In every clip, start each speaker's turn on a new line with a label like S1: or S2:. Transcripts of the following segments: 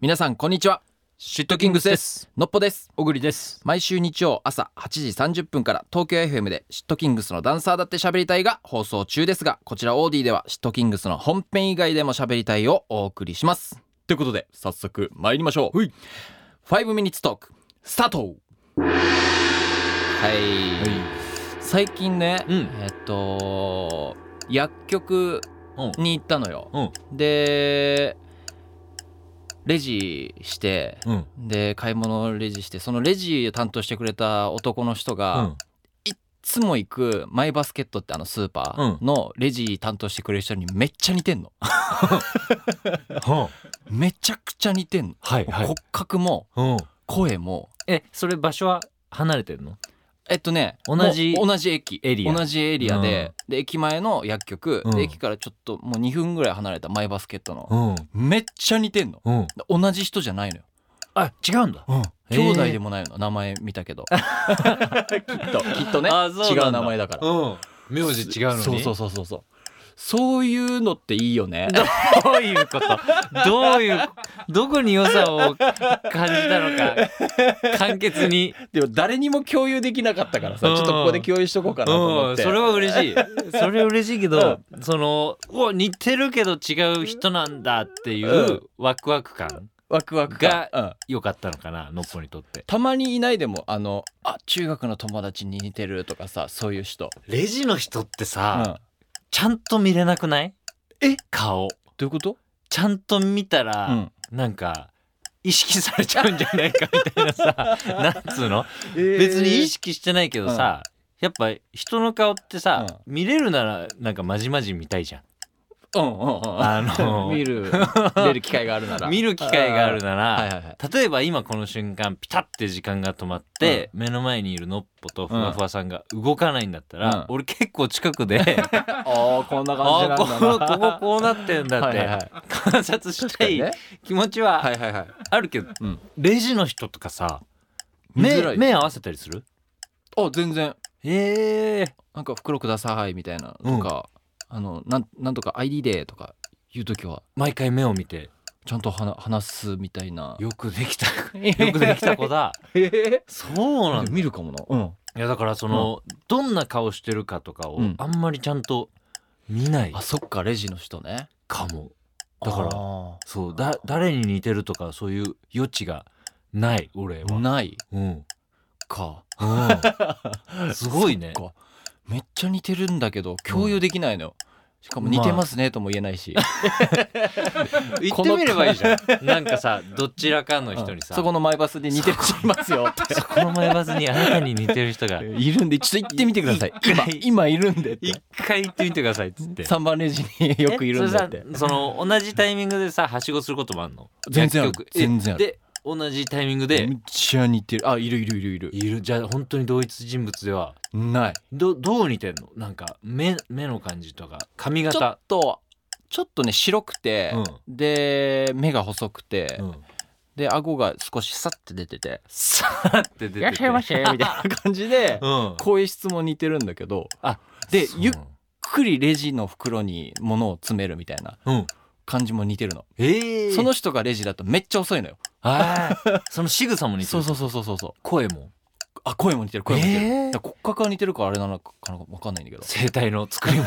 S1: 皆さんこんにちはシットキングスですのっぽです
S2: 小栗です
S1: 毎週日曜朝8時30分から東京 FM でシットキングスのダンサーだって喋りたいが放送中ですがこちらオーディではシットキングスの本編以外でも喋りたいをお送りしますということで早速参りましょう
S2: はい
S1: 5ミニッツトークスタートはい、最近ね、
S2: うん
S1: えっと薬局
S2: うん
S1: に行ったのよ、
S2: うん
S1: でレジして
S2: うん
S1: で買い物レジしてそのレジを担当してくれた男の人が、
S2: うん
S1: いつも行くマイバスケットってあのスーパーのレジ担当してくれる人にめっちゃ似てんの
S2: は
S1: めちゃくちゃ似てんの、
S2: はいはい
S1: 骨格も
S2: うん
S1: 声も
S2: えそれ場所は離れてるの
S1: えっとね
S2: 同じ
S1: もう同じ駅
S2: エリア
S1: 同じエリアで,、で駅前の薬局、
S2: うん
S1: で駅からちょっともう2分ぐらい離れたマイバスケットの、
S2: うん
S1: めっちゃ似てんの
S2: うん
S1: 同じ人じゃないのよ
S2: あ違うんだ
S1: うん
S2: へー
S1: 兄弟でもないの名前見たけど きっときっとね
S2: あそう
S1: 違
S2: なんだ
S1: う名前だから
S2: うん名字違うのに
S1: そうそうそうそうそうそういうのっていいよね
S2: どういうことどういうどこに良さを感じたのか簡潔に
S1: でも誰にも共有できなかったからさ
S2: うん
S1: ちょっとここで共有しとこうかなと思
S2: う
S1: っ
S2: ん
S1: て
S2: それは嬉しい それ嬉しいけど、そのうわ似てるけど違う人なんだっていううんワクワク感
S1: ワクワク感うん
S2: 良かったのかなのっぽにとって
S1: たまにいないでもあのあ中学の友達に似てるとかさそういう人
S2: レジの人って
S1: うん
S2: さ、
S1: ど
S2: ちゃんと見れなくない
S1: え
S2: 顔
S1: ういうこと
S2: ちゃんと見た
S1: う
S2: ら、
S1: ん
S2: なんか意識されちゃうんじゃないかみたい なさなんつうの別に意識してないけどさ、やっぱ人の顔ってさ、見れるならなんかまじまじ見たいじゃん。
S1: うんうんうん
S2: あの
S1: 見 る見る機会があるなら
S2: 見る機会があるなら、
S1: はいはいはい
S2: 例えば今この瞬間ピタッて時間が止まって、目の前にいるのっぽとふわふわさんが動かないんだったら、
S1: うん
S2: 俺結構 近くで
S1: ああこんな感じ
S2: あ
S1: なんだ
S2: あこ
S1: な
S2: ここここうなってんだっ
S1: はいはいは
S2: て
S1: い
S2: 観察した
S1: ね
S2: い気持ちは
S1: はいはいはい
S2: あるけど、
S1: うん
S2: レジの人とかさ
S1: 見づら
S2: 目
S1: い
S2: 目合わせたりする
S1: あ全然
S2: ええ
S1: なんか袋くださいみたいなのとか、あのなんなんとか ID でとか言う時は
S2: 毎回目を見て
S1: ちゃんと話話すみたいな
S2: よくでき たよ
S1: よ
S2: くできた子だ
S1: え
S2: そうなんだ
S1: 見るかもなうん
S2: いやだからその、どんな顔してるかとかを
S1: うん
S2: あんまりちゃんと見ない
S1: あそっかレジの人ね
S2: かも、だから
S1: あ
S2: そうだ誰に似てるとかそういう余地がない俺
S1: ー
S2: は、
S1: ない
S2: うん
S1: か
S2: うん すごいね
S1: そっかめっちゃ似てるんだけど共有できないのよ、しかも似てますねとも言えないし、
S2: 言ってみればいいじゃん なんかさどちらかの人にさ、
S1: そこのマイバスで似てる人いますよって
S2: そこの前バズにあなたに似てる人が
S1: いるんでちょっと行ってみてください
S2: 一
S1: 今
S2: 回
S1: 今いるんでって
S2: 一回言ってみてくださいっつって
S1: 3番レジによくいるんだって
S2: えそれさその同じタイミングでさはしごすることもあんの
S1: 全然ある
S2: 薬局え
S1: 全然ある
S2: で同じタイミング
S1: め
S2: で
S1: っちゃ似てるあいるいるいるいる
S2: いるじゃあ本当に同一人物では
S1: ない
S2: どどう似てんのなんか目目の感じとか髪
S1: ちょ
S2: 型
S1: っとちょっとね白くて、で目が細くて、
S2: うん、
S1: で顎が少しさって出てて
S2: さーって出
S1: 「
S2: てて
S1: せ」みたいな感じで
S2: うん
S1: こういう質問似てるんだけど
S2: あ
S1: で
S2: そう
S1: ゆっくりレジの袋に物を詰めるみたいな
S2: うん
S1: 感じも似てるの、
S2: ええ
S1: その人がレジだとめっちゃ遅いのよ
S2: あーその仕草も似てる
S1: そうそうそうそうそうそう
S2: 声も
S1: あ声も似てる声も似てる、
S2: えー
S1: だから骨格が似てるからあれなのかな分かんないんだけど
S2: 声帯の作り も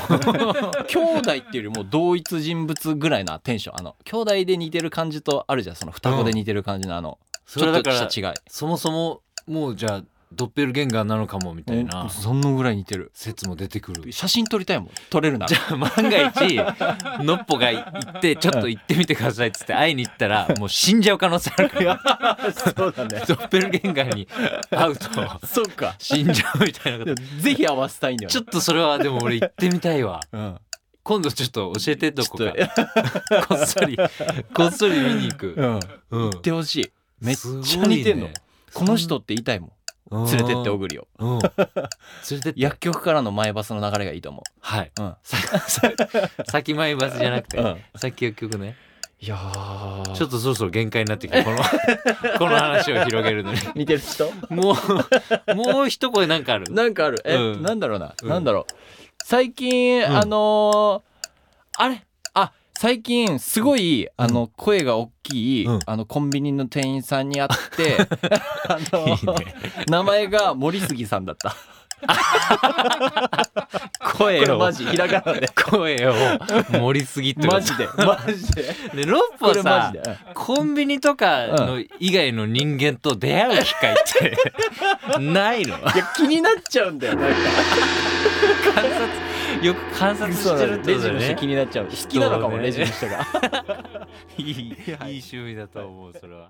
S1: 兄弟っていうよりも同一人物ぐらいなテンションあの兄弟で似てる感じとあるじゃんその双子で似てる感じのあの、
S2: そ
S1: ち
S2: れ
S1: ょっ
S2: だ
S1: と
S2: か
S1: した
S2: ら
S1: 違い
S2: そもそももうじゃあドッペルゲンガーなのかもみたいな
S1: そんなぐらい似てる
S2: 説も出てくる
S1: 写真撮りたいもん撮れるなら
S2: じゃあ 万が一のっぽが行ってちょっと行ってみてくださいっつって会いに行ったらもう死んじゃう可能性あるから
S1: そうだね
S2: ドッペルゲンガーに会うと
S1: そっか
S2: 死んじゃうみたいなこと
S1: ぜひ合わせたいんだよ、ね、
S2: ちょっとそれはでも俺行ってみたいわ
S1: うん
S2: 今度ちょっと教えてどこ
S1: ちょ
S2: か
S1: っと
S2: こっそりこっそり見に行く、
S1: うん
S2: うん
S1: 言ってほしいめっち
S2: す
S1: ゃ
S2: ごいね
S1: 似てんの、この人って言いたいも
S2: 連
S1: ん連れてっておぐりを
S2: うん、連れてって
S1: 薬局からの前バスの流れがいいと思
S2: はい、
S1: うん
S2: ささ先前バスじゃなくて、
S1: う、うん、
S2: 先結局ね
S1: いやー
S2: ちょっとそろそろ限界になってきてこのこの話を広げるのに
S1: 似てる人
S2: もうもう一声なんかあ る
S1: なんかある。え、
S2: うん
S1: なんだろうな。
S2: うん
S1: なんだろう。最近、
S2: ん
S1: あのーあれあ、最近すごいあの声が大きい
S2: うん
S1: あのコンビニの店員さんに会って あの
S2: いいね
S1: 名前が森杉さんだ った。こ
S2: 声
S1: れ
S2: を
S1: マジひらがなで。
S2: 声を盛りすぎってこと
S1: マジでマジで。
S2: でロッポ
S1: これマ
S2: さ
S1: ジで。
S2: コンビニとかの以外の人間と出会う機会って ないの
S1: いや気になっちゃうんだよなんか。
S2: 観察よく観察してるって
S1: レ
S2: こ
S1: ジ
S2: とだ
S1: の人
S2: ね
S1: 気になっちゃう。好きなのかもレジの人が。
S2: いいいい趣味だと思うそれは。